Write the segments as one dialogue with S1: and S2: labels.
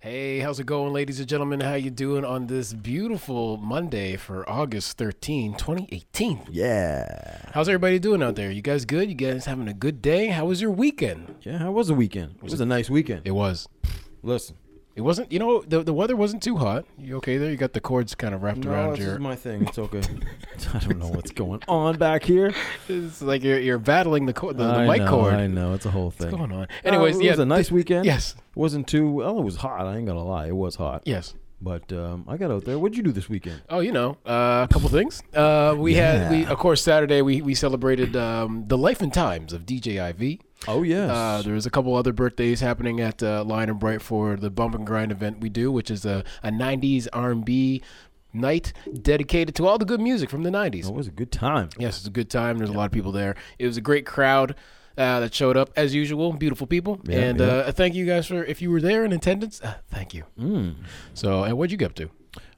S1: Hey, how's it going, ladies and gentlemen? How you doing on this beautiful Monday for August 13, 2018?
S2: Yeah.
S1: How's everybody doing out there? You guys good? You guys having a good day? How was your weekend?
S2: Yeah, how was the weekend? It was a nice weekend.
S1: It was.
S2: Listen.
S1: It wasn't, you know, the, the weather wasn't too hot. You okay there? You got the cords kind of wrapped
S2: No,
S1: around
S2: this
S1: your.
S2: is my thing. It's okay. I don't know what's going on back here.
S1: It's like you're, you're battling the, cord, the, the
S2: I
S1: mic
S2: know,
S1: cord.
S2: I know. It's a whole thing.
S1: What's going on? Anyways,
S2: Uh, it
S1: yeah.
S2: was a nice weekend.
S1: yes.
S2: It wasn't too. Well, it was hot. I ain't gonna lie. It was hot.
S1: Yes.
S2: But um, I got out there. What'd you do this weekend?
S1: Oh, you know, uh, a couple things. Uh, we had, we
S2: Yeah.
S1: of course, Saturday we, we celebrated um, the life and times of DJ IV.
S2: Oh yes.
S1: Uh, there was a couple other birthdays happening at uh, Lion and Bright for the Bump and Grind event we do, which is a, a '90s R&B night dedicated to all the good music from the '90s.
S2: it was a good time.
S1: Yes, it's a good time. There's a lot of people there. It was a great crowd uh, that showed up as usual. Beautiful people,
S2: Yeah,
S1: and
S2: yeah.
S1: Uh, thank you guys for if you were there in attendance. Uh, thank you.
S2: Mm.
S1: So, and what'd you get up to?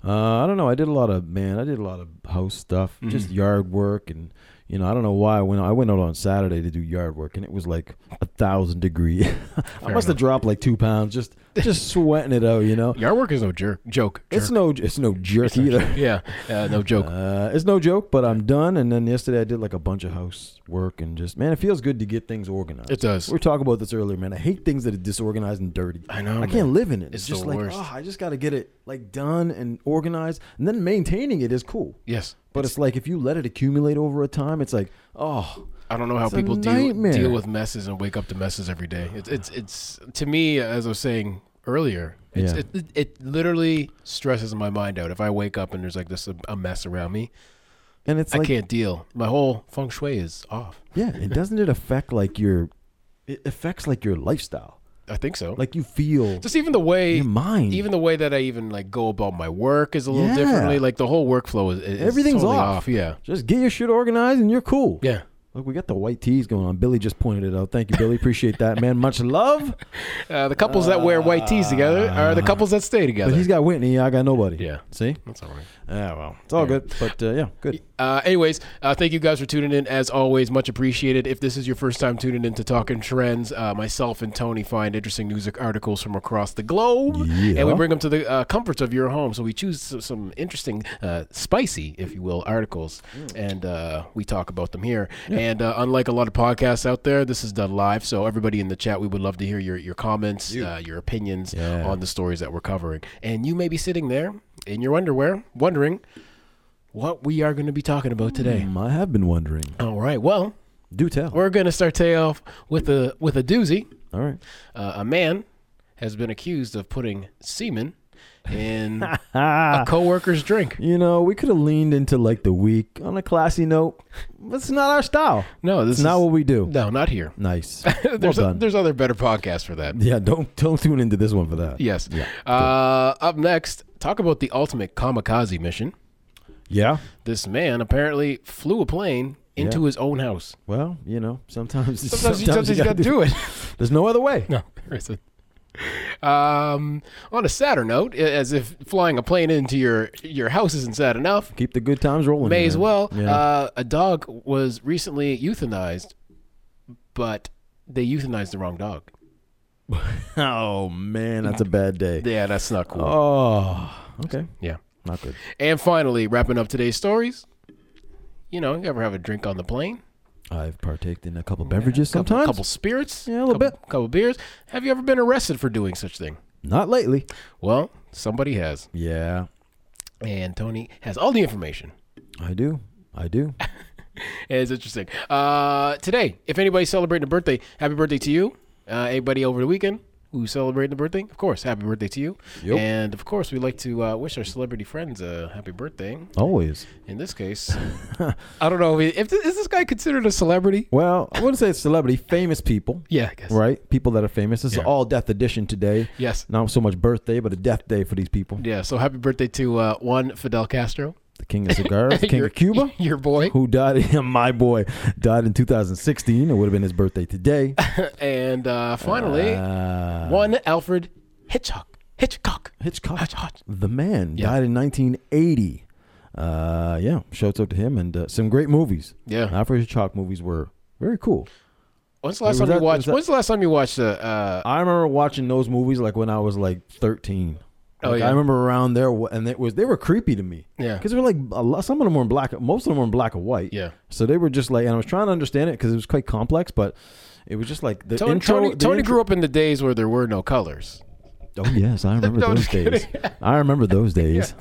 S2: Uh, I don't know. I did a lot of man. I did a lot of house stuff,
S1: Mm-hmm.
S2: just yard work, and you know, I don't know why. When I went out on Saturday to do yard work, and it was like a thousand degree. I must have dropped like two pounds, just just sweating it out. You know,
S1: Yard work is no jerk joke.
S2: it's
S1: Jerk.
S2: no it's no jerk either.
S1: yeah, uh, no joke.
S2: Uh, it's no joke, but I'm done. And then yesterday I did like a bunch of house work and just man, it feels good to get things organized.
S1: It does.
S2: We were talking about this earlier, man. I hate things that are disorganized and dirty.
S1: I know,
S2: I
S1: Oh, man.
S2: can't live in it. It's,
S1: It's the
S2: just like
S1: worst.
S2: oh, I just got to get it like done and organized, and then maintaining it is cool.
S1: Yes,
S2: But it's like if you let it accumulate over a time, it's like, oh,
S1: I don't know how
S2: It's a
S1: people deal,
S2: nightmare.
S1: deal with messes and wake up to messes every day. It's it's it's to me as I was saying earlier. It's,
S2: Yeah.
S1: it, it literally stresses my mind out if I wake up and there's like this a mess around me.
S2: and it's
S1: I
S2: like,
S1: can't deal. My whole feng shui is off.
S2: yeah, and doesn't it affect like your, it affects like your lifestyle,
S1: I think so.
S2: like you feel
S1: just even the way
S2: your mind,
S1: even the way that I even like go about my work is a little
S2: Yeah.
S1: differently. Like the whole workflow is, is
S2: Everything's
S1: totally
S2: off.
S1: Yeah,
S2: just get your shit organized and you're cool.
S1: yeah.
S2: Look, we got the white tees going on. Billy just pointed it out. Thank you, Billy. Appreciate that, man. Much love.
S1: Uh, the couples that wear white tees together are the couples that stay
S2: But
S1: together.
S2: he's got Whitney. I got nobody.
S1: Yeah.
S2: See?
S1: That's all right.
S2: Yeah, well, it's all good. But uh, yeah, good.
S1: Uh, anyways, uh, thank you guys for tuning in. As always, much appreciated. If this is your first time tuning in to Talking Trends, uh, myself and Tony find interesting news articles from across the globe,
S2: Yeah.
S1: and we bring them to the uh, comforts of your home. So we choose some, some interesting, uh, spicy, if you will, articles,
S2: Mm.
S1: and uh, we talk about them here. And uh, unlike a lot of podcasts out there, this is done live. So everybody in the chat, we would love to hear your your comments, Uh, your opinions
S2: Yeah.
S1: on the stories that we're covering. And you may be sitting there in your underwear, wondering what we are going to be talking about today.
S2: Mm, I have been wondering.
S1: All right. Well,
S2: Do tell.
S1: we're going to start today off with a with a doozy.
S2: all right.
S1: Uh, a man has been accused of putting semen in
S2: Ah.
S1: a coworker's drink.
S2: You know, we could have leaned into like the week on a classy note. That's not our style.
S1: No, this
S2: It's not
S1: is
S2: what we do.
S1: no, not here.
S2: Nice. well
S1: There's
S2: done.
S1: there's other better podcasts for that.
S2: yeah, don't don't tune into this one for that.
S1: Yes.
S2: Yeah.
S1: Uh, up next, talk about the ultimate kamikaze mission.
S2: Yeah.
S1: This man apparently flew a plane into
S2: Yeah.
S1: his own house.
S2: Well, you know, sometimes
S1: Sometimes, you, sometimes you
S2: gotta
S1: got to do it.
S2: There's no other way.
S1: No, there isn't. Um, on a sadder note, a- as if flying a plane into your your house isn't sad enough,
S2: Keep the good times rolling.
S1: may as
S2: man.
S1: well.
S2: Oh, Yeah.
S1: Uh, a dog was recently euthanized, but they euthanized the wrong dog.
S2: oh man, that's a bad day.
S1: Yeah, that's not cool.
S2: Oh. Okay.
S1: Yeah.
S2: Not good.
S1: And finally, wrapping up today's stories. You know, you ever have a drink on the plane?
S2: I've partaked in a couple beverages
S1: Couple-
S2: sometimes.
S1: couple spirits,
S2: Yeah, a little
S1: couple, couple beers. Have you ever been arrested for doing such thing?
S2: Not lately.
S1: Well, somebody has,
S2: Yeah.
S1: and Tony has all the information.
S2: I do. I do.
S1: It's interesting. Uh, today, if anybody's celebrating a birthday, happy birthday to you. Uh, anybody over the weekend who's celebrating a birthday, of course, happy birthday to you.
S2: Yep.
S1: And of course, we like to uh, wish our celebrity friends a happy birthday.
S2: Always.
S1: In this case, I don't know if, if th- is this guy considered a celebrity.
S2: Well, I wouldn't say it's celebrity, famous people.
S1: Yeah, I guess.
S2: right? People that are famous. This
S1: Yeah.
S2: is all death edition today.
S1: Yes.
S2: Not so much birthday, but a death day for these people.
S1: Yeah. So happy birthday to uh, one Fidel Castro,
S2: The king of cigars, the king
S1: Your-
S2: of Cuba,
S1: your boy,
S2: who died, my boy, died in 2016. It would have been his birthday today.
S1: and uh, finally
S2: Uh,
S1: one Alfred Hitchcock. Hitchcock.
S2: Hitchcock,
S1: Hitchcock.
S2: the man,
S1: Yeah.
S2: died in 1980. Uh, yeah, shouts out to him and uh, some great movies.
S1: Yeah.
S2: Alfred Hitchcock movies were very cool.
S1: When's the last
S2: Was
S1: time you
S2: that- was
S1: watched?
S2: that-
S1: When's the last time you watched uh, uh
S2: I remember watching those movies like when I was like 13.
S1: Oh,
S2: Like,
S1: yeah.
S2: I remember around there, wh- and it was they were creepy to me.
S1: Yeah.
S2: because they were like a lot, some of them were in black, most of them were in black and white.
S1: Yeah.
S2: so they were just like, and I was trying to understand it because it was quite complex, but it was just like the
S1: Tony?
S2: intro.
S1: Tony,
S2: the
S1: Tony
S2: intro-
S1: grew up in the days where there were no colors.
S2: Oh yes, I remember
S1: No, I'm
S2: those
S1: just
S2: days. I remember those days.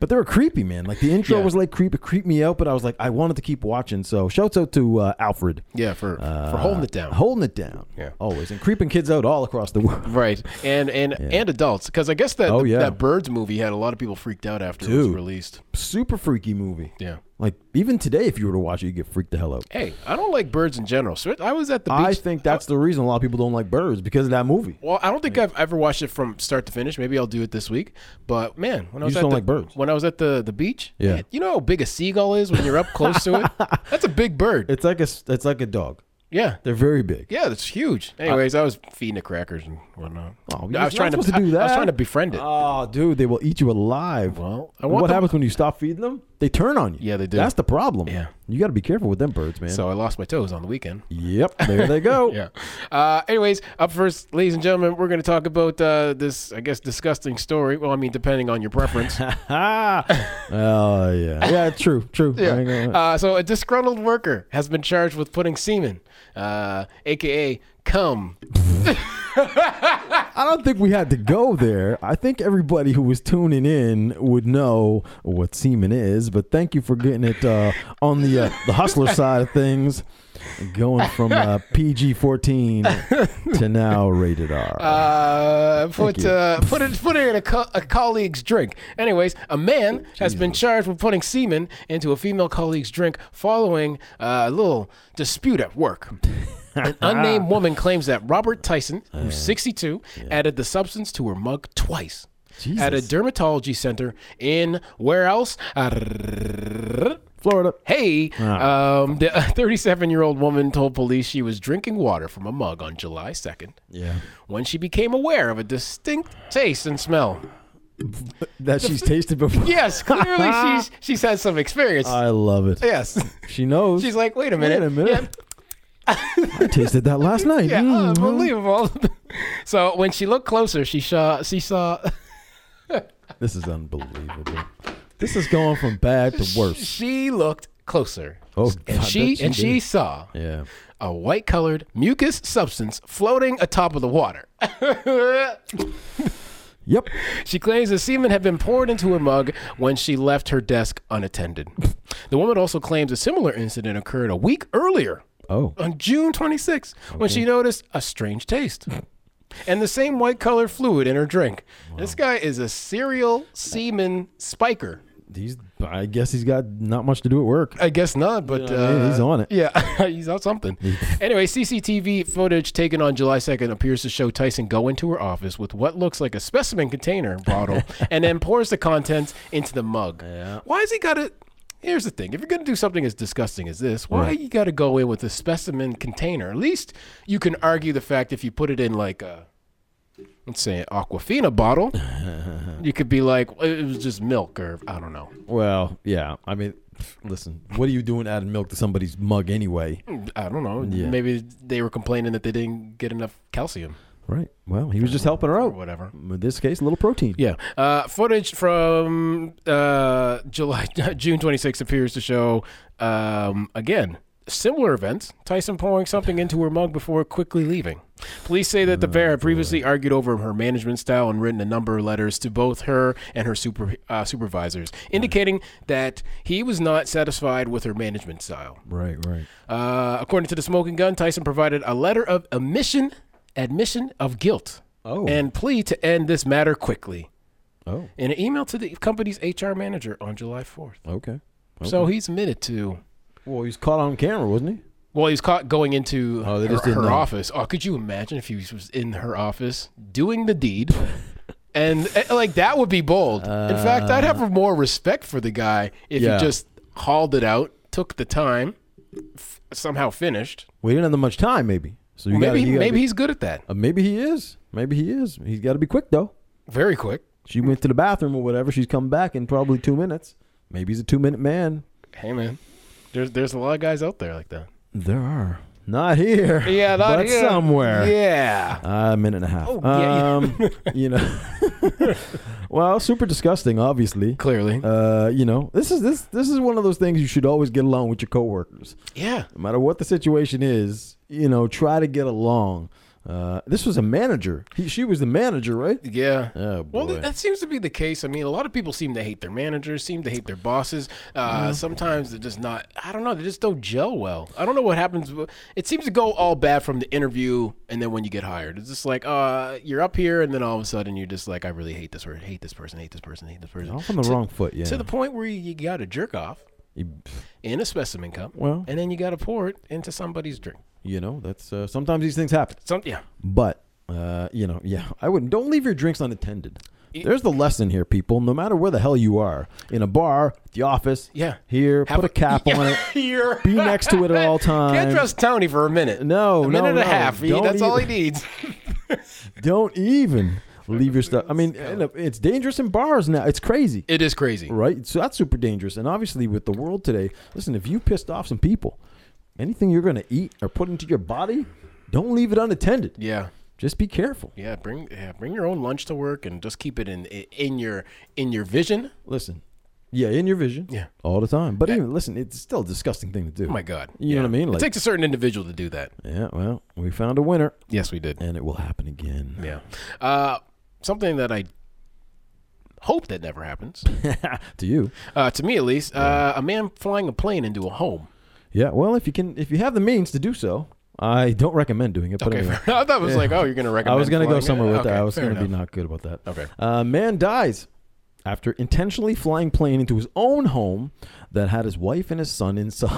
S2: But they were creepy, man. Like the intro
S1: Yeah.
S2: was like creep, it creeped me out. But I was like, I wanted to keep watching. So shouts out to uh, Alfred
S1: Yeah, for for
S2: Uh,
S1: holding it down.
S2: holding it down.
S1: Yeah.
S2: always and creeping kids out all across the world.
S1: Right, and and and adults, because I guess that
S2: Oh, yeah.
S1: that Birds movie had a lot of people freaked out after it was
S2: Dude.
S1: released.
S2: Super freaky movie.
S1: Yeah.
S2: Like even today, if you were to watch it, you would get freaked the hell out.
S1: Hey, I don't like birds in general. So I was at the beach. uh,
S2: I think that's the reason a lot of people don't like birds because of that movie.
S1: Well, I don't think I've ever watched it from start to finish. Maybe I'll do it this week. But man, when I was
S2: just
S1: at
S2: don't
S1: the,
S2: like birds.
S1: When I was at the the beach,
S2: Yeah.
S1: man, you know how big a seagull is when you're up close to it. That's a big bird.
S2: It's like a s- it's like a dog.
S1: yeah.
S2: They're very big.
S1: Yeah, that's huge. Anyways, I, was feeding it crackers and whatnot.
S2: Oh,
S1: I
S2: you're
S1: was
S2: not
S1: trying to,
S2: supposed to do
S1: I, I was
S2: that.
S1: trying to befriend it.
S2: Oh, dude, they will eat you alive.
S1: well, I
S2: And
S1: want
S2: what
S1: them-
S2: happens when you stop feeding them? They turn on you.
S1: Yeah, they do.
S2: That's the problem.
S1: Yeah.
S2: You got to be careful with them birds, man.
S1: So I lost my toes on the weekend.
S2: yep, there they go.
S1: Yeah. Uh, anyways, up first, ladies and gentlemen, we're going to talk about uh, this, I guess, disgusting story. Well, I mean, depending on your preference.
S2: Ah. oh yeah. Yeah, true, true. I ain't gonna-
S1: Uh, so a disgruntled worker has been charged with putting semen, uh, aka cum.
S2: I don't think we had to go there. I think everybody who was tuning in would know what semen is, but thank you for getting it uh, on the uh, the hustler side of things, going from uh, PG fourteen to now rated R.
S1: Uh, put
S2: you.
S1: uh, put it put it in a, co- a colleague's drink. Anyways, a man has been charged with putting semen into a female colleague's drink following uh, a little dispute at work. An unnamed woman claims that Robert Tyson,
S2: Uh,
S1: who's 62, added the substance to her mug twice. At a
S2: Jesus.
S1: dermatology center in where else?
S2: Florida.
S1: Hey,
S2: Ah.
S1: um, the 37 year old woman told police she was drinking water from a mug on July 2nd
S2: Yeah,
S1: when she became aware of a distinct taste and smell.
S2: that she's tasted before.
S1: Yes, clearly she's she's had some experience.
S2: I love it.
S1: yes,
S2: She knows.
S1: she's like, wait a
S2: Uh, Wait
S1: minute,
S2: a minute. I tasted that last night.
S1: yeah,
S2: Mm.
S1: unbelievable. so when she looked closer, she saw she saw
S2: This is unbelievable. This is going from bad to worse.
S1: she looked closer.
S2: Oh, I
S1: and
S2: bet
S1: she,
S2: she
S1: and she
S2: did.
S1: saw
S2: Yeah.
S1: a white colored mucus substance floating atop of the water.
S2: Yep.
S1: She claims the semen had been poured into her mug when she left her desk unattended. The woman also claims a similar incident occurred a week earlier
S2: Oh.
S1: on June 26th when she noticed a strange taste and the same white colored fluid in her drink. This guy is a serial semen spiker.
S2: He's. I guess he's got not much to do at work.
S1: I guess not, but
S2: what I mean?
S1: uh,
S2: He's on it.
S1: Yeah, he's on something. anyway, CCTV footage taken on July 2nd appears to show Tyson go into her office with what looks like a specimen container bottle and then pours the contents into the mug.
S2: Yeah.
S1: Why has he got it? Here's the thing: if you're going to do something as disgusting as this, why you got to go in with a specimen container? At least you can argue the fact if you put it in like a let's say an Aquafina bottle, you could be like it was just milk or I don't know.
S2: Well, yeah. I mean, pff, listen. What are you doing adding milk to somebody's mug anyway?
S1: I don't know.
S2: Yeah.
S1: Maybe they were complaining that they didn't get enough calcium
S2: Right. Well, he was just helping her
S1: or
S2: out.
S1: whatever.
S2: In this case, a little protein.
S1: Yeah. Uh, footage from uh, July June 26 appears to show um, again similar events. Tyson pouring something into her mug before quickly leaving. Police say that the pair had previously argued over her management style and written a number of letters to both her and her super, uh, supervisors, indicating that he was not satisfied with her management style.
S2: Right. Right.
S1: Uh, according to the Smoking Gun, Tyson provided a letter of admission, admission of guilt,
S2: Oh.
S1: and plea to end this matter quickly
S2: oh.
S1: in an email to the company's HR manager on July 4th.
S2: Okay.
S1: So he's admitted to.
S2: Well, he was caught on camera, wasn't he?
S1: Well, he's caught going into
S2: Oh, they
S1: her,
S2: just didn't
S1: her
S2: know.
S1: office. Oh, could you imagine if he was in her office doing the deed? and eh, like that would be bold. in fact, I'd have more respect for the guy if
S2: Uh. Yeah.
S1: he just hauled it out, took the time, f- somehow finished.
S2: We didn't have that much time, maybe. So you
S1: maybe
S2: gotta, you gotta
S1: maybe
S2: be-
S1: he's good at that.
S2: Uh, maybe he is. Maybe he is. He's got to be quick though.
S1: Very quick.
S2: She went to the bathroom or whatever. She's come back in probably two minutes. Maybe he's a two minute man.
S1: Hey man, there's there's a lot of guys out there like that.
S2: There are. Not here.
S1: Yeah, not
S2: but
S1: here.
S2: somewhere.
S1: Yeah.
S2: A minute and a half.
S1: Oh, yeah,
S2: um, you know. well, super disgusting, obviously.
S1: Clearly.
S2: Uh, you know, this is this this is one of those things you should always get along with your coworkers,
S1: yeah.
S2: no matter what the situation is. You know, try to get along. Uh, this was a manager. He, she was the manager, right?
S1: Yeah.
S2: Oh
S1: Well,
S2: boy.
S1: th- that seems to be the case. I mean, a lot of people seem to hate their managers, seem to hate their bosses. Uh, Sometimes they're just not, I don't know, they just don't gel well. I don't know what happens. w- It seems to go all bad from the interview and then when you get hired. It's just like, uh, you're up here, and then all of a sudden you're just like, I really hate this person, hate this person, hate this person, hate this person.
S2: Off on the
S1: to,
S2: wrong foot. Yeah.
S1: To the point where you got a jerk off
S2: You-
S1: in a specimen cup,
S2: Well,
S1: and then you got to pour it into somebody's drink.
S2: you know, that's uh, sometimes these things happen.
S1: Some, yeah.
S2: But uh, you know, yeah, I wouldn't. Don't leave your drinks unattended.
S1: Y-
S2: There's the lesson here, people. No matter where the hell you are, in a bar, the office,
S1: Yeah.
S2: here,
S1: Have
S2: put a, cap on it.
S1: You're-
S2: Be next to it at all times.
S1: Can't trust Tony for a minute.
S2: No,
S1: a
S2: no,
S1: minute and a
S2: no.
S1: half. He-
S2: Don't
S1: that's all he
S2: even-
S1: needs.
S2: Don't even leave your stuff. I mean, and, uh, it's dangerous in bars now. It's crazy,
S1: It is crazy.
S2: right? So that's super dangerous. And obviously, with the world today, listen, if you pissed off some people, anything you're going to eat or put into your body, don't leave it unattended.
S1: Yeah,
S2: Just be careful.
S1: yeah. Bring yeah, bring your own lunch to work and just keep it in in your in your vision.
S2: Listen, yeah, in your vision,
S1: Yeah.
S2: all the time. But even listen, it's still a disgusting thing to do.
S1: Oh my God,
S2: You know what I mean?
S1: it
S2: Like,
S1: takes a certain individual to do that.
S2: yeah, well, we found a winner,
S1: Yes, we did.
S2: and it will happen again.
S1: Yeah. Uh, something that I hope that never happens
S2: to you,
S1: uh, to me at least. Uh, a man flying a plane into a home.
S2: yeah. Well, if you can, if you have the means to do so, I don't recommend doing it. But
S1: Okay,
S2: anyway.
S1: fair enough. I thought it was like, oh, you're gonna recommend.
S2: I was gonna go
S1: flying-
S2: somewhere with
S1: Okay,
S2: that. I was
S1: fair
S2: gonna be
S1: enough.
S2: not good about that.
S1: Okay.
S2: Uh, man dies after intentionally flying plane into his own home that had his wife and his son inside.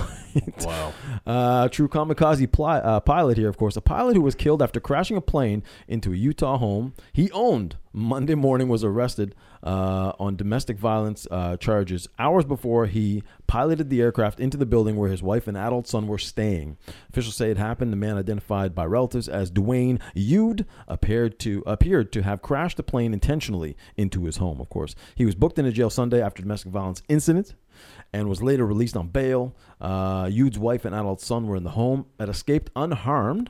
S1: Wow.
S2: Uh, true kamikaze pli- uh, pilot here, of course. A pilot who was killed after crashing a plane into a Utah home he owned Monday morning was arrested uh, on domestic violence uh, charges hours before he piloted the aircraft into the building where his wife and adult son were staying. Officials say it happened. The man identified by relatives as Dwayne Yude appeared to appeared to have crashed the plane intentionally into his home. Of course, he was booked into jail Sunday after domestic violence incident and was later released on bail. Uh, Yude's wife and adult son were in the home and escaped unharmed.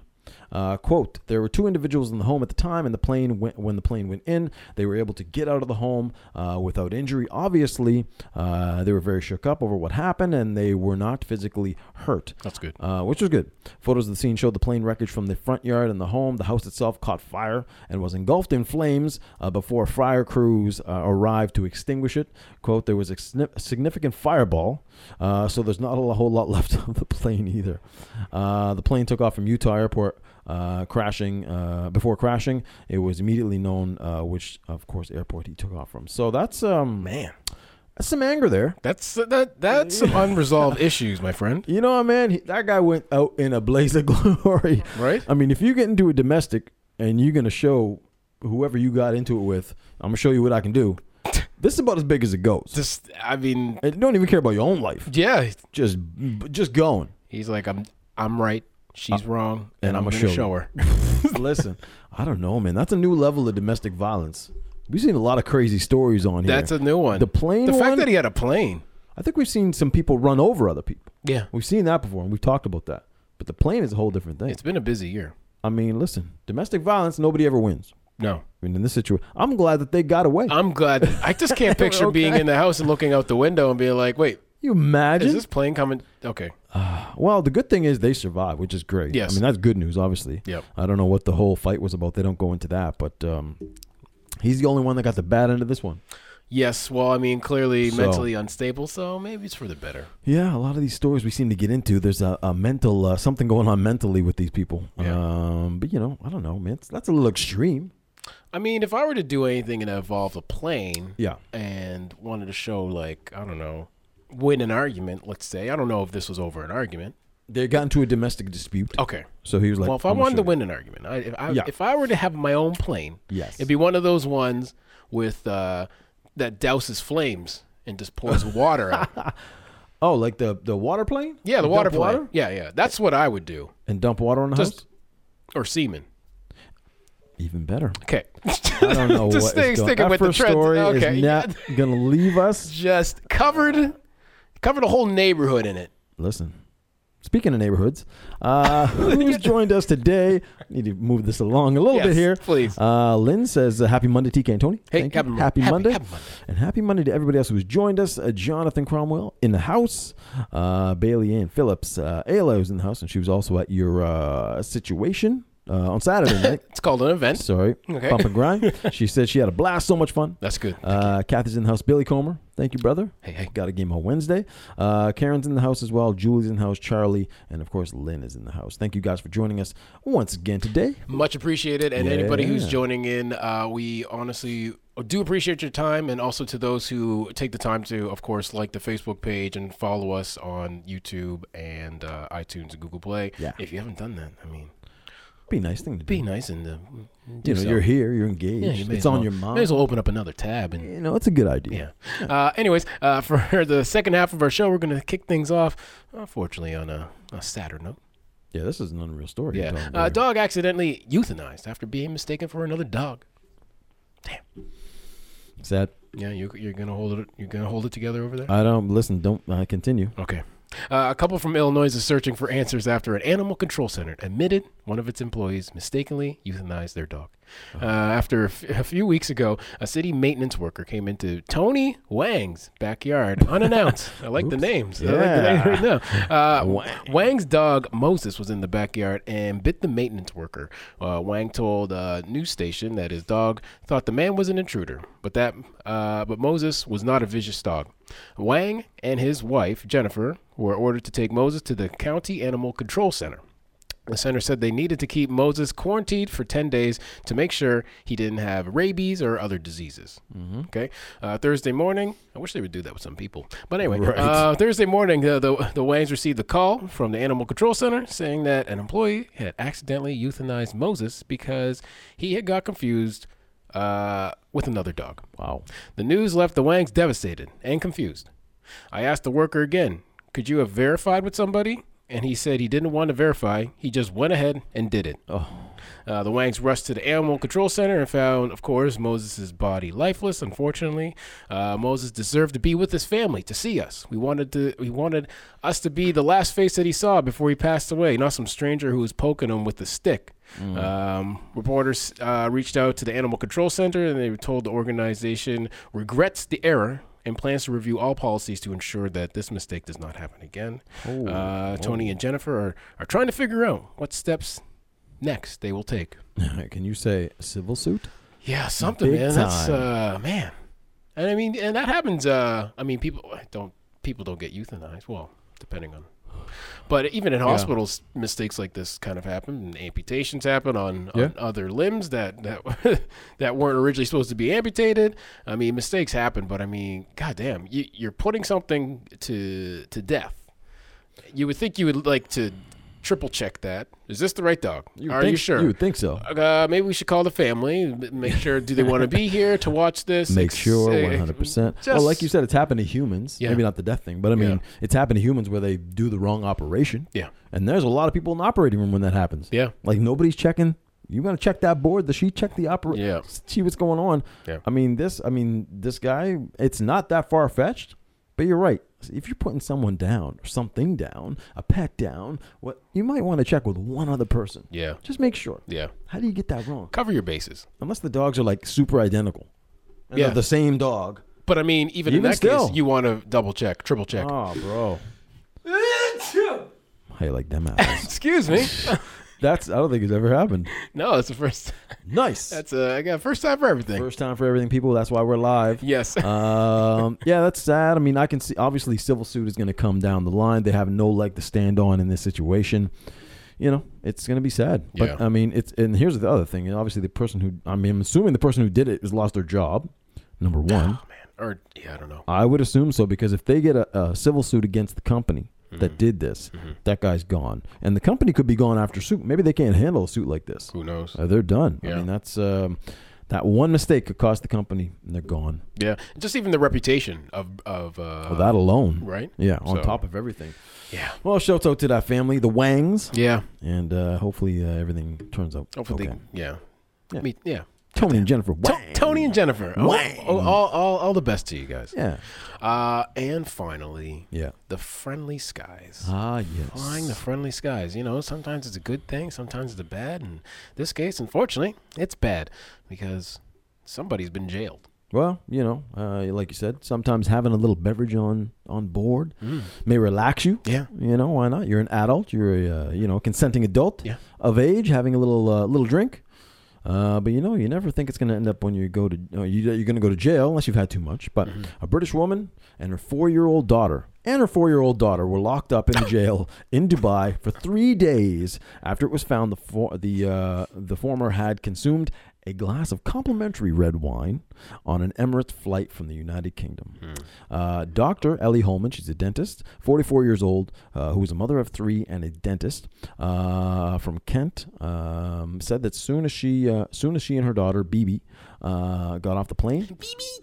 S2: Uh, quote, there were two individuals in the home at the time, and the plane went, when the plane went in, they were able to get out of the home uh, without injury. Obviously, uh, they were very shook up over what happened, and they were not physically hurt
S1: That's good.
S2: uh, which was good. Photos of the scene showed the plane wreckage from the front yard and the home. The house itself caught fire and was engulfed in flames uh, before fire crews uh, arrived to extinguish it. Quote, there was a snif- significant fireball, uh, so there's not a whole lot left of the plane either. Uh, the plane took off from Utah airport. Uh, crashing uh, before crashing, it was immediately known uh, which, of course, airport he took off from. So that's um,
S1: Man,
S2: that's some anger there.
S1: that's that that's some unresolved issues, my friend.
S2: You know what, man? He, that guy went out in a blaze of glory.
S1: Right?
S2: I mean, if you get into a domestic and you're gonna show whoever you got into it with, I'm gonna show you what I can do. This is about as big as it goes.
S1: Just, I mean,
S2: And don't even care about your own life.
S1: yeah,
S2: Just, just going.
S1: He's like, I'm I'm right, she's
S2: Uh,
S1: wrong, and, I'm, gonna show, her.
S2: Listen, I don't know, man. That's a new level of domestic violence. We've seen a lot of crazy stories on here.
S1: That's a new one.
S2: The plane
S1: The
S2: one?
S1: fact that he had a plane.
S2: I think we've seen some people run over other people.
S1: Yeah,
S2: We've seen that before, and we've talked about that. But the plane is a whole different thing.
S1: it's been a busy year.
S2: I mean, listen, domestic violence, nobody ever wins.
S1: No,
S2: I mean, in this situation, I'm glad that they got away.
S1: I'm glad. I just can't picture being in the house and looking out the window and being like, wait,
S2: you imagine?
S1: is this plane coming? Okay,
S2: Well, the good thing is they survive, which is great.
S1: Yes.
S2: I mean, that's good news, obviously.
S1: Yep.
S2: I don't know what the whole fight was about. They don't go into that, but um, he's the only one that got the bad end of this one.
S1: yes. Well, I mean, clearly
S2: So-
S1: mentally unstable, so maybe it's for the better.
S2: Yeah, a lot of these stories we seem to get into, there's a, a mental, uh, something going on mentally with these people.
S1: Yeah.
S2: Um, but, you know, I don't know, man. It's, that's a little extreme.
S1: I mean, if I were to do anything and involve a plane,
S2: Yeah.
S1: and wanted to show like I don't know, win an argument. Let's say I don't know if this was over an argument.
S2: They got into a domestic dispute.
S1: Okay,
S2: So he was like,
S1: well, if I
S2: "I'm gonna
S1: wanted to
S2: shoot
S1: win an argument, I, if, I,
S2: Yeah.
S1: if I were to have my own plane,
S2: you." Yes.
S1: it'd be one of those ones with uh, that douses flames and just pours water out.
S2: oh, like the, the water plane?
S1: Yeah, the
S2: Dump
S1: water plane. Yeah, yeah, that's what I would do.
S2: And dump water on the
S1: Just-
S2: house?
S1: Or semen.
S2: Even better.
S1: Okay,
S2: I don't know
S1: Just
S2: what
S1: stay-
S2: is going.
S1: sticking
S2: that
S1: with the
S2: first
S1: trend.
S2: story
S1: Okay.
S2: is not gonna leave us.
S1: just covered, covered a whole neighborhood in it.
S2: Listen, Speaking of neighborhoods, uh, who's joined us today? Need to move this along a little bit
S1: Yes,
S2: here.
S1: please.
S2: Uh, Lynn says, uh, Happy Monday, TK and Tony.
S1: Hey,
S2: Thank you.
S1: happy Mon-
S2: happy,
S1: happy-
S2: Monday.
S1: happy Monday.
S2: And happy Monday to everybody else who's joined us. Uh, Jonathan Cromwell in the house, uh, Bailey Ann Phillips, uh, Ayla was in the house, and she was also at your uh, situation uh, on Saturday night.
S1: It's called an event.
S2: Sorry.
S1: Okay.
S2: Bump and grind. she said she had a blast, so much fun.
S1: That's good.
S2: Uh, Kathy's in the house. Billy Comer, thank you, brother.
S1: Hey, hey.
S2: Got a game on Wednesday. Uh, Karen's in the house as well. Julie's in the house. Charlie, and of course, Lynn is in the house. Thank you guys for joining us once again today.
S1: Much appreciated. And anybody who's
S2: Yeah.
S1: joining in, uh, we honestly do appreciate your time. And also to those who take the time to, of course, like the Facebook page and follow us on YouTube and uh, iTunes and Google Play.
S2: Yeah.
S1: If you haven't done that, I mean,
S2: Be a nice thing to do.
S1: be nice and uh, do
S2: you know,
S1: so.
S2: you're here. You're engaged.
S1: Yeah, you may
S2: it's
S1: as
S2: on
S1: well-
S2: your
S1: May
S2: mind.
S1: as well open up another tab and
S2: You know, it's a good idea.
S1: Yeah. Uh, anyways, uh, for the second half of our show, we're going to kick things off, unfortunately, on a, a sadder note.
S2: Yeah, this is an unreal story.
S1: Yeah.
S2: It's all
S1: Uh,
S2: weird.
S1: dog accidentally euthanized after being mistaken for another dog.
S2: Sad.
S1: Yeah, you, you're gonna hold it. You're gonna hold it together over there.
S2: I don't listen. Don't uh, continue.
S1: Okay. Uh, a couple from Illinois is searching for answers after an animal control center admitted one of its employees mistakenly euthanized their dog. Uh, after a, f- a few weeks ago, a city maintenance worker came into Tony Wang's backyard unannounced. I like the names. I like the name right now. Uh,
S2: Wang.
S1: Wang's dog Moses was in the backyard and bit the maintenance worker. Uh, Wang told a news station that his dog thought the man was an intruder, but that uh, but Moses was not a vicious dog. Wang and his wife Jennifer were ordered to take Moses to the county animal control center. The center said they needed to keep Moses quarantined for 10 days to make sure he didn't have rabies or other diseases. Okay. Uh, Thursday morning, I wish they would do that with some people. But anyway,
S2: Right.
S1: uh, Thursday morning, uh, the, the Wangs received a call from the Animal Control Center saying that an employee had accidentally euthanized Moses because he had got confused uh, with another dog.
S2: Wow.
S1: The news left the Wangs devastated and confused. I asked the worker again, could you have verified with somebody? And he said he didn't want to verify. He just went ahead and did it.
S2: Oh.
S1: Uh, the Wangs rushed to the Animal Control Center and found, of course, Moses' body lifeless, unfortunately. Uh, Moses deserved to be with his family to see us. We wanted, to, we wanted us to be the last face that he saw before he passed away, not some stranger who was poking him with a stick. Um, reporters uh, reached out to the Animal Control Center and they were told the organization regrets the error and plans to review all policies to ensure that this mistake does not happen again. uh, Tony and Jennifer are, are trying to figure out what steps next they will take.
S2: Can you say civil suit?
S1: Yeah, something,
S2: Big
S1: man. That's
S2: time.
S1: uh, man, and I mean, and that happens. Uh, I mean, people don't people don't get euthanized. Well, depending on. But even in hospitals, mistakes like this kind of happen, and amputations happen on,
S2: Yeah.
S1: on other limbs that that that weren't originally supposed to be amputated. I mean, mistakes happen, but I mean, goddamn, you, you're putting something to to death. You would think you would like to triple check that. Is this the right dog?
S2: You
S1: Are
S2: think,
S1: you sure?
S2: You would think so.
S1: Uh, maybe we should call the family, m- make sure do they want to be here to watch this?
S2: Make
S1: Ex-
S2: sure
S1: eh,
S2: 100%. well,
S1: just-
S2: like you said, it's happened to humans.
S1: Yeah.
S2: Maybe not the death thing, but I mean,
S1: Yeah.
S2: it's happened to humans where they do the wrong operation.
S1: Yeah.
S2: And there's a lot of people in the operating room when that happens.
S1: Yeah.
S2: Like nobody's checking. You gotta check that board. Does she check the operation?
S1: Yeah.
S2: See what's going on.
S1: Yeah.
S2: I mean this. I mean this guy. It's not that far fetched, but you're right. If you're putting someone down or something down, a pet down, what you might want to check with one other person.
S1: Yeah.
S2: Just make sure.
S1: Yeah.
S2: How do you get that wrong?
S1: Cover your bases.
S2: Unless the dogs are like super identical. And
S1: Yeah.
S2: they're the same dog.
S1: But I mean, even, in
S2: Even
S1: that
S2: still.
S1: case, you want to double check, triple check.
S2: Oh, bro. How you like them apples?
S1: Excuse me.
S2: That's I don't think it's ever happened.
S1: no, that's the first.
S2: Nice.
S1: That's uh, I got first time for everything.
S2: First time for everything, people. That's why we're live.
S1: Yes.
S2: um, yeah, that's sad. I mean, I can see obviously civil suit is going to come down the line. They have no leg to stand on in this situation. You know, it's going to be sad. But
S1: Yeah.
S2: I mean, it's and here's the other thing. And obviously, the person who I mean, I'm assuming the person who did it has lost their job. Number one,
S1: Oh,
S2: Uh,
S1: Man, or yeah, I don't know.
S2: I would assume so because if they get a, a civil suit against the company
S1: Mm-hmm.
S2: that did this, that guy's gone, and the company could be gone after suit. Maybe they can't handle a suit like this.
S1: Who knows?
S2: Uh, they're done. I
S1: Yeah.
S2: mean, that's um, that one mistake could cost the company, and they're gone.
S1: Yeah. Just even the reputation of of uh,
S2: Well, Oh, that alone,
S1: right?
S2: Yeah, on
S1: So-
S2: top of everything.
S1: Yeah.
S2: Well, shout out to that family, the Wangs,
S1: Yeah.
S2: and uh, hopefully uh, everything turns out
S1: Hopefully,
S2: okay.
S1: yeah.
S2: Yeah.
S1: I mean, yeah.
S2: Tony and Jennifer.
S1: To-
S2: Wang.
S1: Tony and Jennifer. Oh,
S2: Wang.
S1: oh, all, all, all the best to you guys.
S2: Yeah.
S1: Uh, and finally,
S2: Yeah.
S1: the friendly skies.
S2: Ah, yes.
S1: Flying the friendly skies. You know, sometimes it's a good thing, sometimes it's a bad. And this case, unfortunately, it's bad because somebody's been jailed.
S2: Well, you know, uh, like you said, sometimes having a little beverage on on board may relax you.
S1: Yeah.
S2: You know, why not? You're an adult. You're a uh, you know consenting adult
S1: Yeah.
S2: of age, having a little uh, little drink. Uh, but you know, you never think it's going to end up when you go to uh, you, you're going to go to jail unless you've had too much. But
S1: Mm-hmm.
S2: a British woman and her four year old daughter and her four year old daughter were locked up in jail in Dubai for three days after it was found the for, the uh, the former had consumed a glass of complimentary red wine on an Emirates flight from the United Kingdom. Uh, Dr. Ellie Holman, she's a dentist, 44 years old, uh, who is a mother of three and a dentist uh, from Kent, um, said that soon as she, uh, soon as she and her daughter Bibi uh, got off the plane,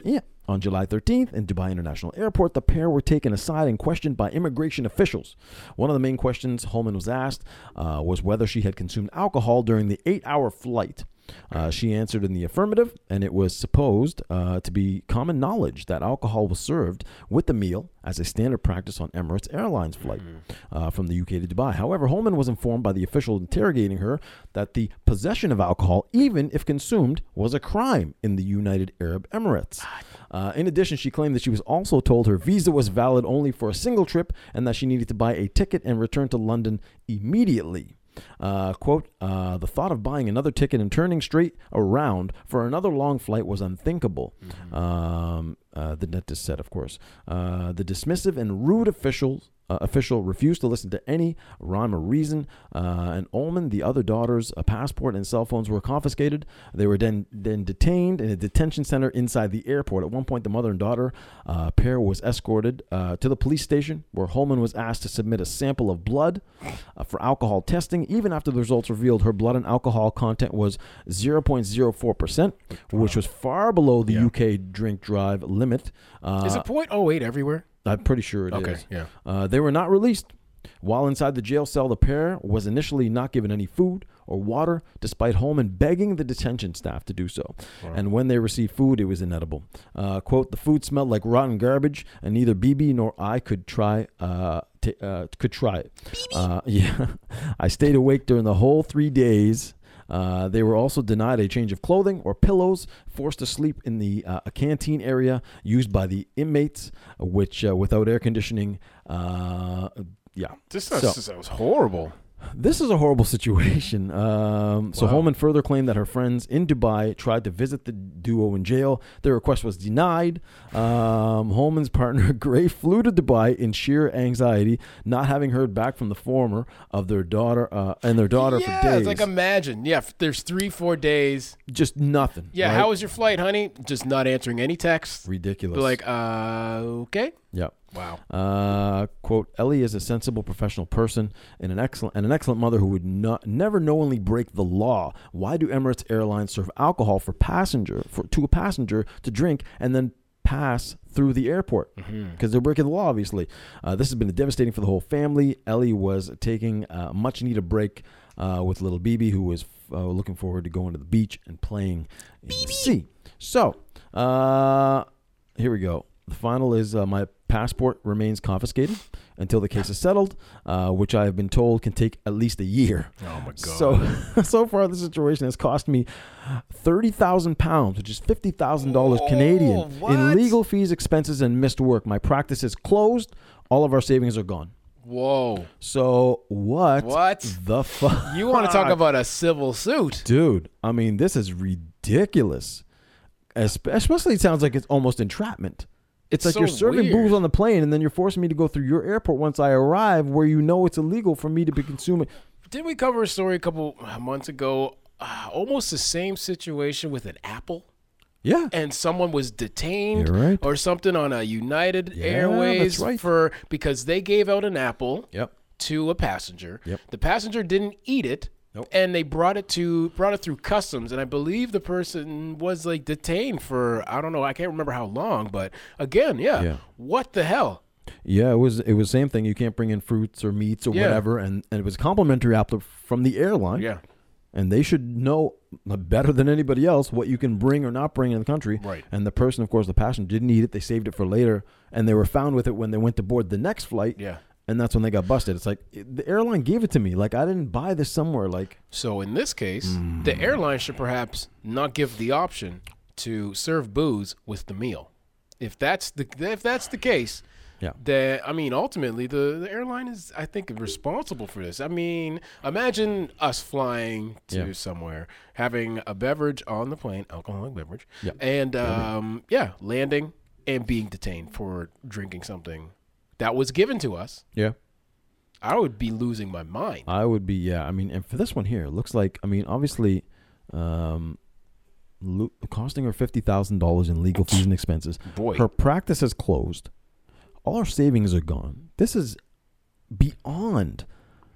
S2: yeah. On July 13th in Dubai International Airport, the pair were taken aside and questioned by immigration officials. One of the main questions Holman was asked uh, was whether she had consumed alcohol during the eight hour flight. Uh, she answered in the affirmative, and it was supposed uh, to be common knowledge that alcohol was served with the meal as a standard practice on Emirates Airlines flight
S1: Mm-hmm.
S2: uh, from the UK to Dubai. However, Holman was informed by the official interrogating her that the possession of alcohol, even if consumed, was a crime in the United Arab Emirates. Uh, in addition, she claimed that she was also told her visa was valid only for a single trip and that she needed to buy a ticket and return to London immediately. Uh, quote, uh, the thought of buying another ticket and turning straight around for another long flight was unthinkable, um, uh, the dentist said, of course. Uh, the dismissive and rude officials. Uh, official refused to listen to any rhyme or reason. Uh, and Ullman, the other daughter's uh, passport and cell phones were confiscated. They were then, then detained in a detention center inside the airport. At one point, the mother and daughter uh, pair was escorted uh, to the police station where Holman was asked to submit a sample of blood uh, for alcohol testing. Even after the results revealed her blood and alcohol content was 0.04%, which was far below the
S1: Yeah.
S2: UK drink drive limit. Uh,
S1: Is it point oh eight everywhere?
S2: I'm pretty sure it is.
S1: Okay, yeah.
S2: Uh, they were not released. While inside the jail cell, the pair was initially not given any food or water, despite Holman begging the detention staff to do so. And when they received food, it was inedible. Uh, quote: The food smelled like rotten garbage, and neither BB nor I could try. Uh, t- uh, could try it. Uh, yeah, I stayed awake during the whole three days. Uh, they were also denied a change of clothing or pillows, forced to sleep in the uh, a canteen area used by the inmates, which uh, without air conditioning. Uh, yeah,
S1: This
S2: So-
S1: sounds, this sounds horrible.
S2: this is a horrible situation. Um, so
S1: Wow.
S2: Holman further claimed that her friends in Dubai tried to visit the duo in jail. Their request was denied. Um, Holman's partner Gray flew to Dubai in sheer anxiety, not having heard back from the former of their daughter uh, and their daughter
S1: yeah,
S2: for days.
S1: it's like um, imagine. Yeah, f- there's three, four days.
S2: Just nothing.
S1: Yeah,
S2: right?
S1: how was your flight, honey? Just not answering any texts.
S2: ridiculous?
S1: Be like, uh, okay.
S2: yeah.
S1: Wow.
S2: Uh, quote: Ellie is a sensible professional person and an excellent and an excellent mother who would not never knowingly break the law. Why do Emirates Airlines serve alcohol for passenger for to a passenger to drink and then pass through the airport? Because they're breaking the law, obviously. Uh, this has been devastating for the whole family. Ellie was taking a much needed break uh, with little BB, who was uh, looking forward to going to the beach and playing in the sea. So. Uh, here we go. The final is uh, my passport remains confiscated until the case is settled, uh, which I have been told can take at least a year.
S1: Oh my god.
S2: So, so far, the situation has cost me thirty thousand pounds, which is fifty thousand dollars Canadian, in
S1: what?
S2: legal fees, expenses, and missed work. My practice is closed. All of our savings are gone.
S1: whoa.
S2: So what?
S1: What?
S2: the fuck?
S1: You want to talk about a civil suit?
S2: dude? I mean, this is ridiculous. Espe- Especially, it sounds like it's almost entrapment. It's like
S1: so
S2: you're serving
S1: weird.
S2: booze on the plane, and then you're forcing me to go through your airport once I arrive, where you know it's illegal for me to be consuming.
S1: Did we cover a story a couple months ago? Uh, almost the same situation with an apple.
S2: Yeah,
S1: and someone was detained
S2: You're right.
S1: or something on a United
S2: Yeah,
S1: Airways
S2: that's right.
S1: for because they gave out an apple
S2: Yep.
S1: to a passenger.
S2: Yep.
S1: The passenger didn't eat it.
S2: Nope.
S1: And they brought it to brought it through customs, and I believe the person was like detained for I don't know I can't remember how long, but again, yeah,
S2: Yeah.
S1: what the hell?
S2: yeah. It was it was same thing. You can't bring in fruits or meats or
S1: Yeah.
S2: whatever, and, and it was complimentary apple from the airline.
S1: Yeah,
S2: and they should know better than anybody else what you can bring or not bring in the country.
S1: Right.
S2: And the person, of course, the passenger didn't eat it. They saved it for later, and they were found with it when they went to board the next flight.
S1: Yeah.
S2: And that's when they got busted. It's like it- the airline gave it to me. Like I didn't buy this somewhere. Like
S1: So in this case,
S2: Hmm.
S1: the airline should perhaps not give the option to serve booze with the meal. If that's the if that's the case,
S2: Yeah.
S1: That I mean, ultimately, the, the airline is, I think, responsible for this. I mean, imagine us flying to
S2: Yeah.
S1: somewhere, having a beverage on the plane, alcoholic beverage,
S2: Yeah.
S1: and um, yeah, landing and being detained for drinking something that was given to us.
S2: yeah,
S1: I would be losing my mind.
S2: I would be. Yeah, I mean, and for this one here, it looks like I mean, obviously, um, lo- costing her fifty thousand dollars in legal fees and expenses.
S1: Boy,
S2: Her practice has closed. All her savings are gone. This is beyond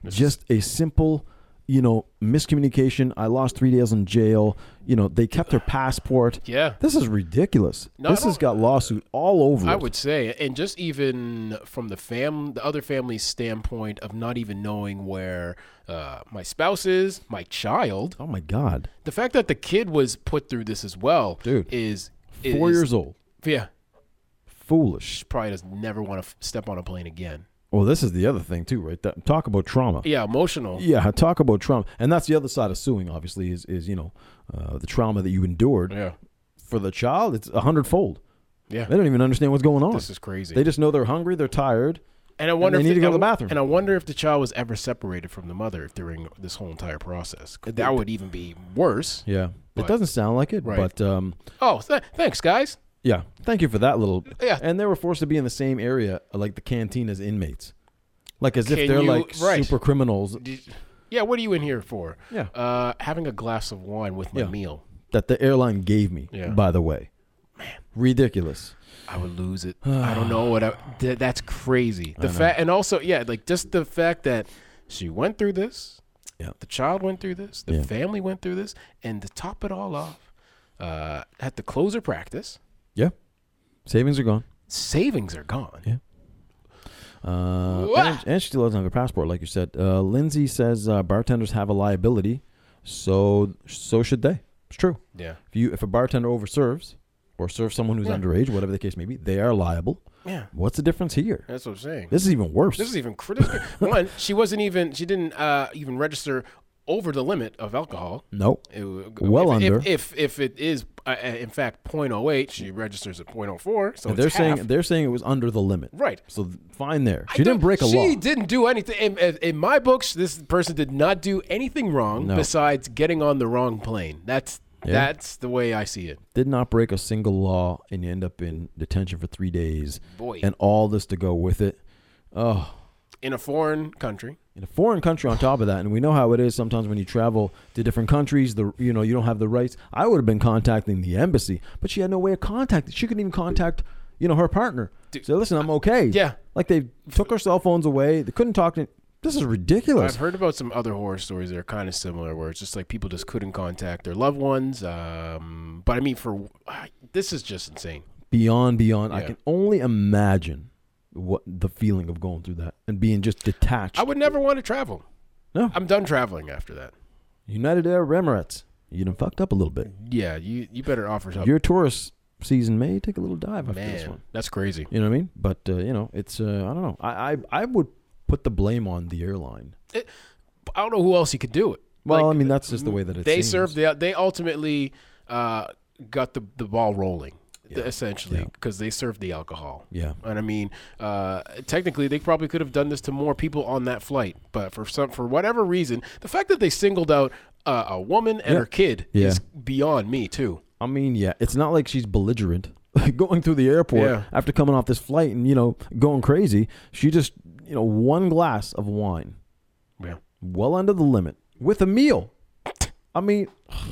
S1: This is-
S2: just a simple, you know, miscommunication. I lost three days in jail. You know, they kept her passport.
S1: yeah.
S2: This is ridiculous.
S1: No, I
S2: this has
S1: don't-
S2: got lawsuit all over
S1: I
S2: it.
S1: would say, and just even from the fam, the other family's standpoint of not even knowing where uh, my spouse is, my child,
S2: oh my God.
S1: the fact that the kid was put through this as well,
S2: Dude.
S1: is
S2: Four
S1: is-
S2: years old.
S1: Yeah,
S2: Foolish.
S1: probably does never want to f- step on a plane again.
S2: Well, this is the other thing too, right? That, talk about trauma.
S1: Yeah, emotional.
S2: Yeah, talk about trauma. And that's the other side of suing, obviously, is, is you know, uh, the trauma that you endured.
S1: Yeah,
S2: For the child, it's a hundredfold.
S1: yeah.
S2: They don't even understand what's going on.
S1: This is crazy.
S2: They just know they're hungry, they're tired.
S1: and I wonder
S2: they
S1: if
S2: need to go to the
S1: I w-
S2: bathroom.
S1: And I wonder if the child was ever separated from the mother during this whole entire process. 'Cause That would even be worse.
S2: Yeah.
S1: But-
S2: it doesn't sound like it,
S1: Right.
S2: but um,
S1: Oh, th- thanks, guys.
S2: yeah. Thank you for that little.
S1: Yeah.
S2: And they were forced to be in the same area, uh, like the canteen as inmates. Like as if
S1: Can
S2: they're
S1: you-
S2: like
S1: right.
S2: super criminals.
S1: Did- yeah, what are you in here for?
S2: Yeah.
S1: Uh, having a glass of wine with my
S2: Yeah.
S1: meal.
S2: That the airline gave me,
S1: Yeah.
S2: by the way. Ridiculous.
S1: I would lose it. I don't know what I. Th- that's crazy. The fact, and also, yeah, like just the fact that she went through this.
S2: Yeah.
S1: The child went through this. The
S2: Yeah.
S1: family went through this, and to top it all off, uh, had to close her practice.
S2: Yeah. Savings are gone.
S1: Savings are gone.
S2: Yeah. Uh,
S1: Wha-
S2: and, and she still doesn't have a passport, like you said. Uh, Lindsay says uh, bartenders have a liability, so so should they. It's true.
S1: Yeah.
S2: If you if a bartender overserves or serves someone who's
S1: Yeah.
S2: underage, whatever the case may be, they are liable.
S1: Yeah.
S2: What's the difference here?
S1: That's what I'm saying.
S2: This is even worse.
S1: This is even critical. One, she wasn't even. She didn't uh, even register over the limit of alcohol.
S2: no.
S1: It w-
S2: Well
S1: if, if-
S2: under.
S1: If, if it is uh, uh, in fact 0.08, she registers at 0.04. So
S2: they're
S1: Oh, it's
S2: saying
S1: half.
S2: they're saying it was under the limit.
S1: right.
S2: So th- fine there.
S1: I
S2: She didn't
S1: don't-
S2: break a
S1: she
S2: law.
S1: didn't do anything. In, in- in my books, this person did not do anything wrong
S2: No.
S1: besides getting on the wrong plane. That's
S2: Yeah.
S1: that's the way I see it.
S2: Did not break a single law, and you end up in detention for three days,
S1: Boy,
S2: and all this to go with it. Oh,
S1: in a foreign country,
S2: in a foreign country on top of that and we know how it is sometimes when you travel to different countries the you know you don't have the rights i would have been contacting the embassy but she had no way of contacting she couldn't even contact you know her partner
S1: Dude,
S2: so listen i'm okay
S1: yeah.
S2: like they took her cell phones away they couldn't talk to this is ridiculous
S1: I've heard about some other horror stories that are kind of similar, where it's just like people just couldn't contact their loved ones. Um, but I mean, for this is just insane.
S2: beyond beyond i
S1: Yeah.
S2: can only imagine what the feeling of going through that and being just detached
S1: I would never want to travel.
S2: No.
S1: I'm done traveling after that.
S2: united arab emirates you done fucked up a little bit
S1: Yeah, you you better offer something.
S2: your tourist season may take a little dive after this one
S1: Man, that's crazy.
S2: You know what I mean? But uh, you know, it's uh, I don't know. I, I I would put the blame on the airline.
S1: I don't know who else he could do it.
S2: Well,
S1: Like,
S2: I mean, that's just the way that it
S1: they
S2: seems.
S1: served the they ultimately uh, got the the ball rolling th- essentially
S2: Yeah.
S1: because they served the alcohol.
S2: Yeah,
S1: And I mean, uh, technically, they probably could have done this to more people on that flight, but for some for whatever reason, the fact that they singled out uh, a woman and her kid
S2: Yeah.
S1: is beyond me too.
S2: I mean, yeah, it's not like she's belligerent going through the airport
S1: Yeah.
S2: after coming off this flight and you know going crazy. She just you know one glass of wine,
S1: Yeah.
S2: well under the limit, with a meal. I mean,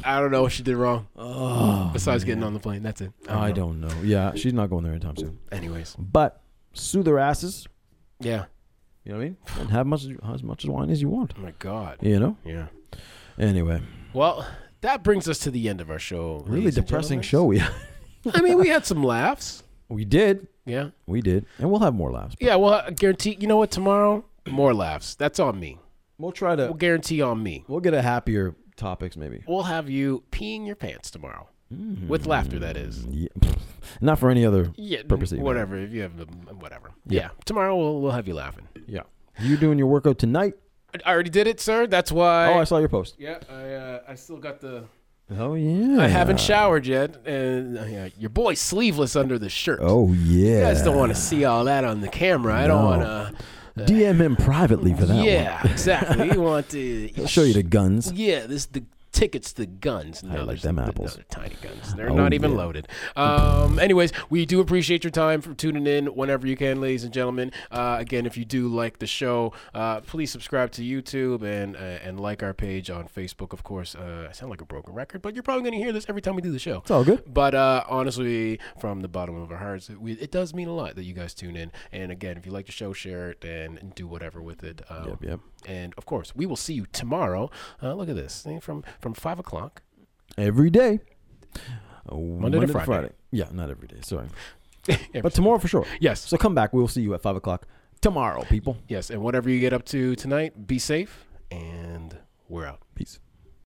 S1: I don't know what she did wrong. Besides getting on the plane, that's it.
S2: Oh, I don't know. Yeah, she's not going there anytime soon.
S1: Anyways,
S2: But sue their asses.
S1: yeah.
S2: You know what I mean? And have much as much as wine as you want.
S1: Oh my God.
S2: You know.
S1: Yeah.
S2: Anyway,
S1: Well, that brings us to the end of our show.
S2: really
S1: ladies and
S2: depressing show
S1: gentlemen.
S2: we
S1: I mean, we had some laughs.
S2: we did.
S1: Yeah.
S2: We did, and we'll have more laughs.
S1: Yeah. Well, I guarantee. You know what? Tomorrow, more laughs. That's on me.
S2: We'll try
S1: We'll
S2: to.
S1: guarantee on me.
S2: We'll get a happier topics, maybe.
S1: We'll have you peeing your pants tomorrow
S2: Mm.
S1: with laughter. That is.
S2: Yeah. Not for any other.
S1: Yeah. n-
S2: Purpose that you made.
S1: Whatever. If you have the whatever.
S2: Yeah.
S1: Yeah. Tomorrow we'll we'll have you laughing.
S2: Yeah. You doing your workout tonight?
S1: I already did it, sir. That's why.
S2: oh, I saw your post.
S1: yeah. I uh, I still got the.
S2: Oh yeah.
S1: I haven't showered yet, and uh, yeah, your boy's sleeveless under the shirt.
S2: Oh yeah.
S1: You guys don't want to see all that on the camera. I
S2: No.
S1: don't want to.
S2: DM him privately for that one.
S1: Yeah, exactly. You want to
S2: He'll show you the guns.
S1: Yeah, this the tickets, the guns. No,
S2: like
S1: there's-
S2: them
S1: no,
S2: apples.
S1: They're tiny guns. They're
S2: Oh,
S1: not even
S2: yeah.
S1: loaded. Um, anyways, we do appreciate your time for tuning in whenever you can, ladies and gentlemen. Uh, again, if you do like the show, uh, please subscribe to YouTube and uh, and like our page on Facebook. Of course, uh, I sound like a broken record, but you're probably going to hear this every time we do the show.
S2: It's all good.
S1: But uh, honestly, from the bottom of our hearts, we, it does mean a lot that you guys tune in. And again, if you like the show, share it and do whatever with it. Um,
S2: Yep, yep.
S1: And of course, we will see you tomorrow. Uh, look at this eh, from from five o'clock.
S2: Every day.
S1: Monday to Friday.
S2: Yeah, not every day. Sorry.
S1: Every-
S2: But tomorrow for sure.
S1: yes,
S2: So come back. We'll see you at 5 o'clock tomorrow, people.
S1: yes, and whatever you get up to tonight, be safe, and we're out.
S2: Peace.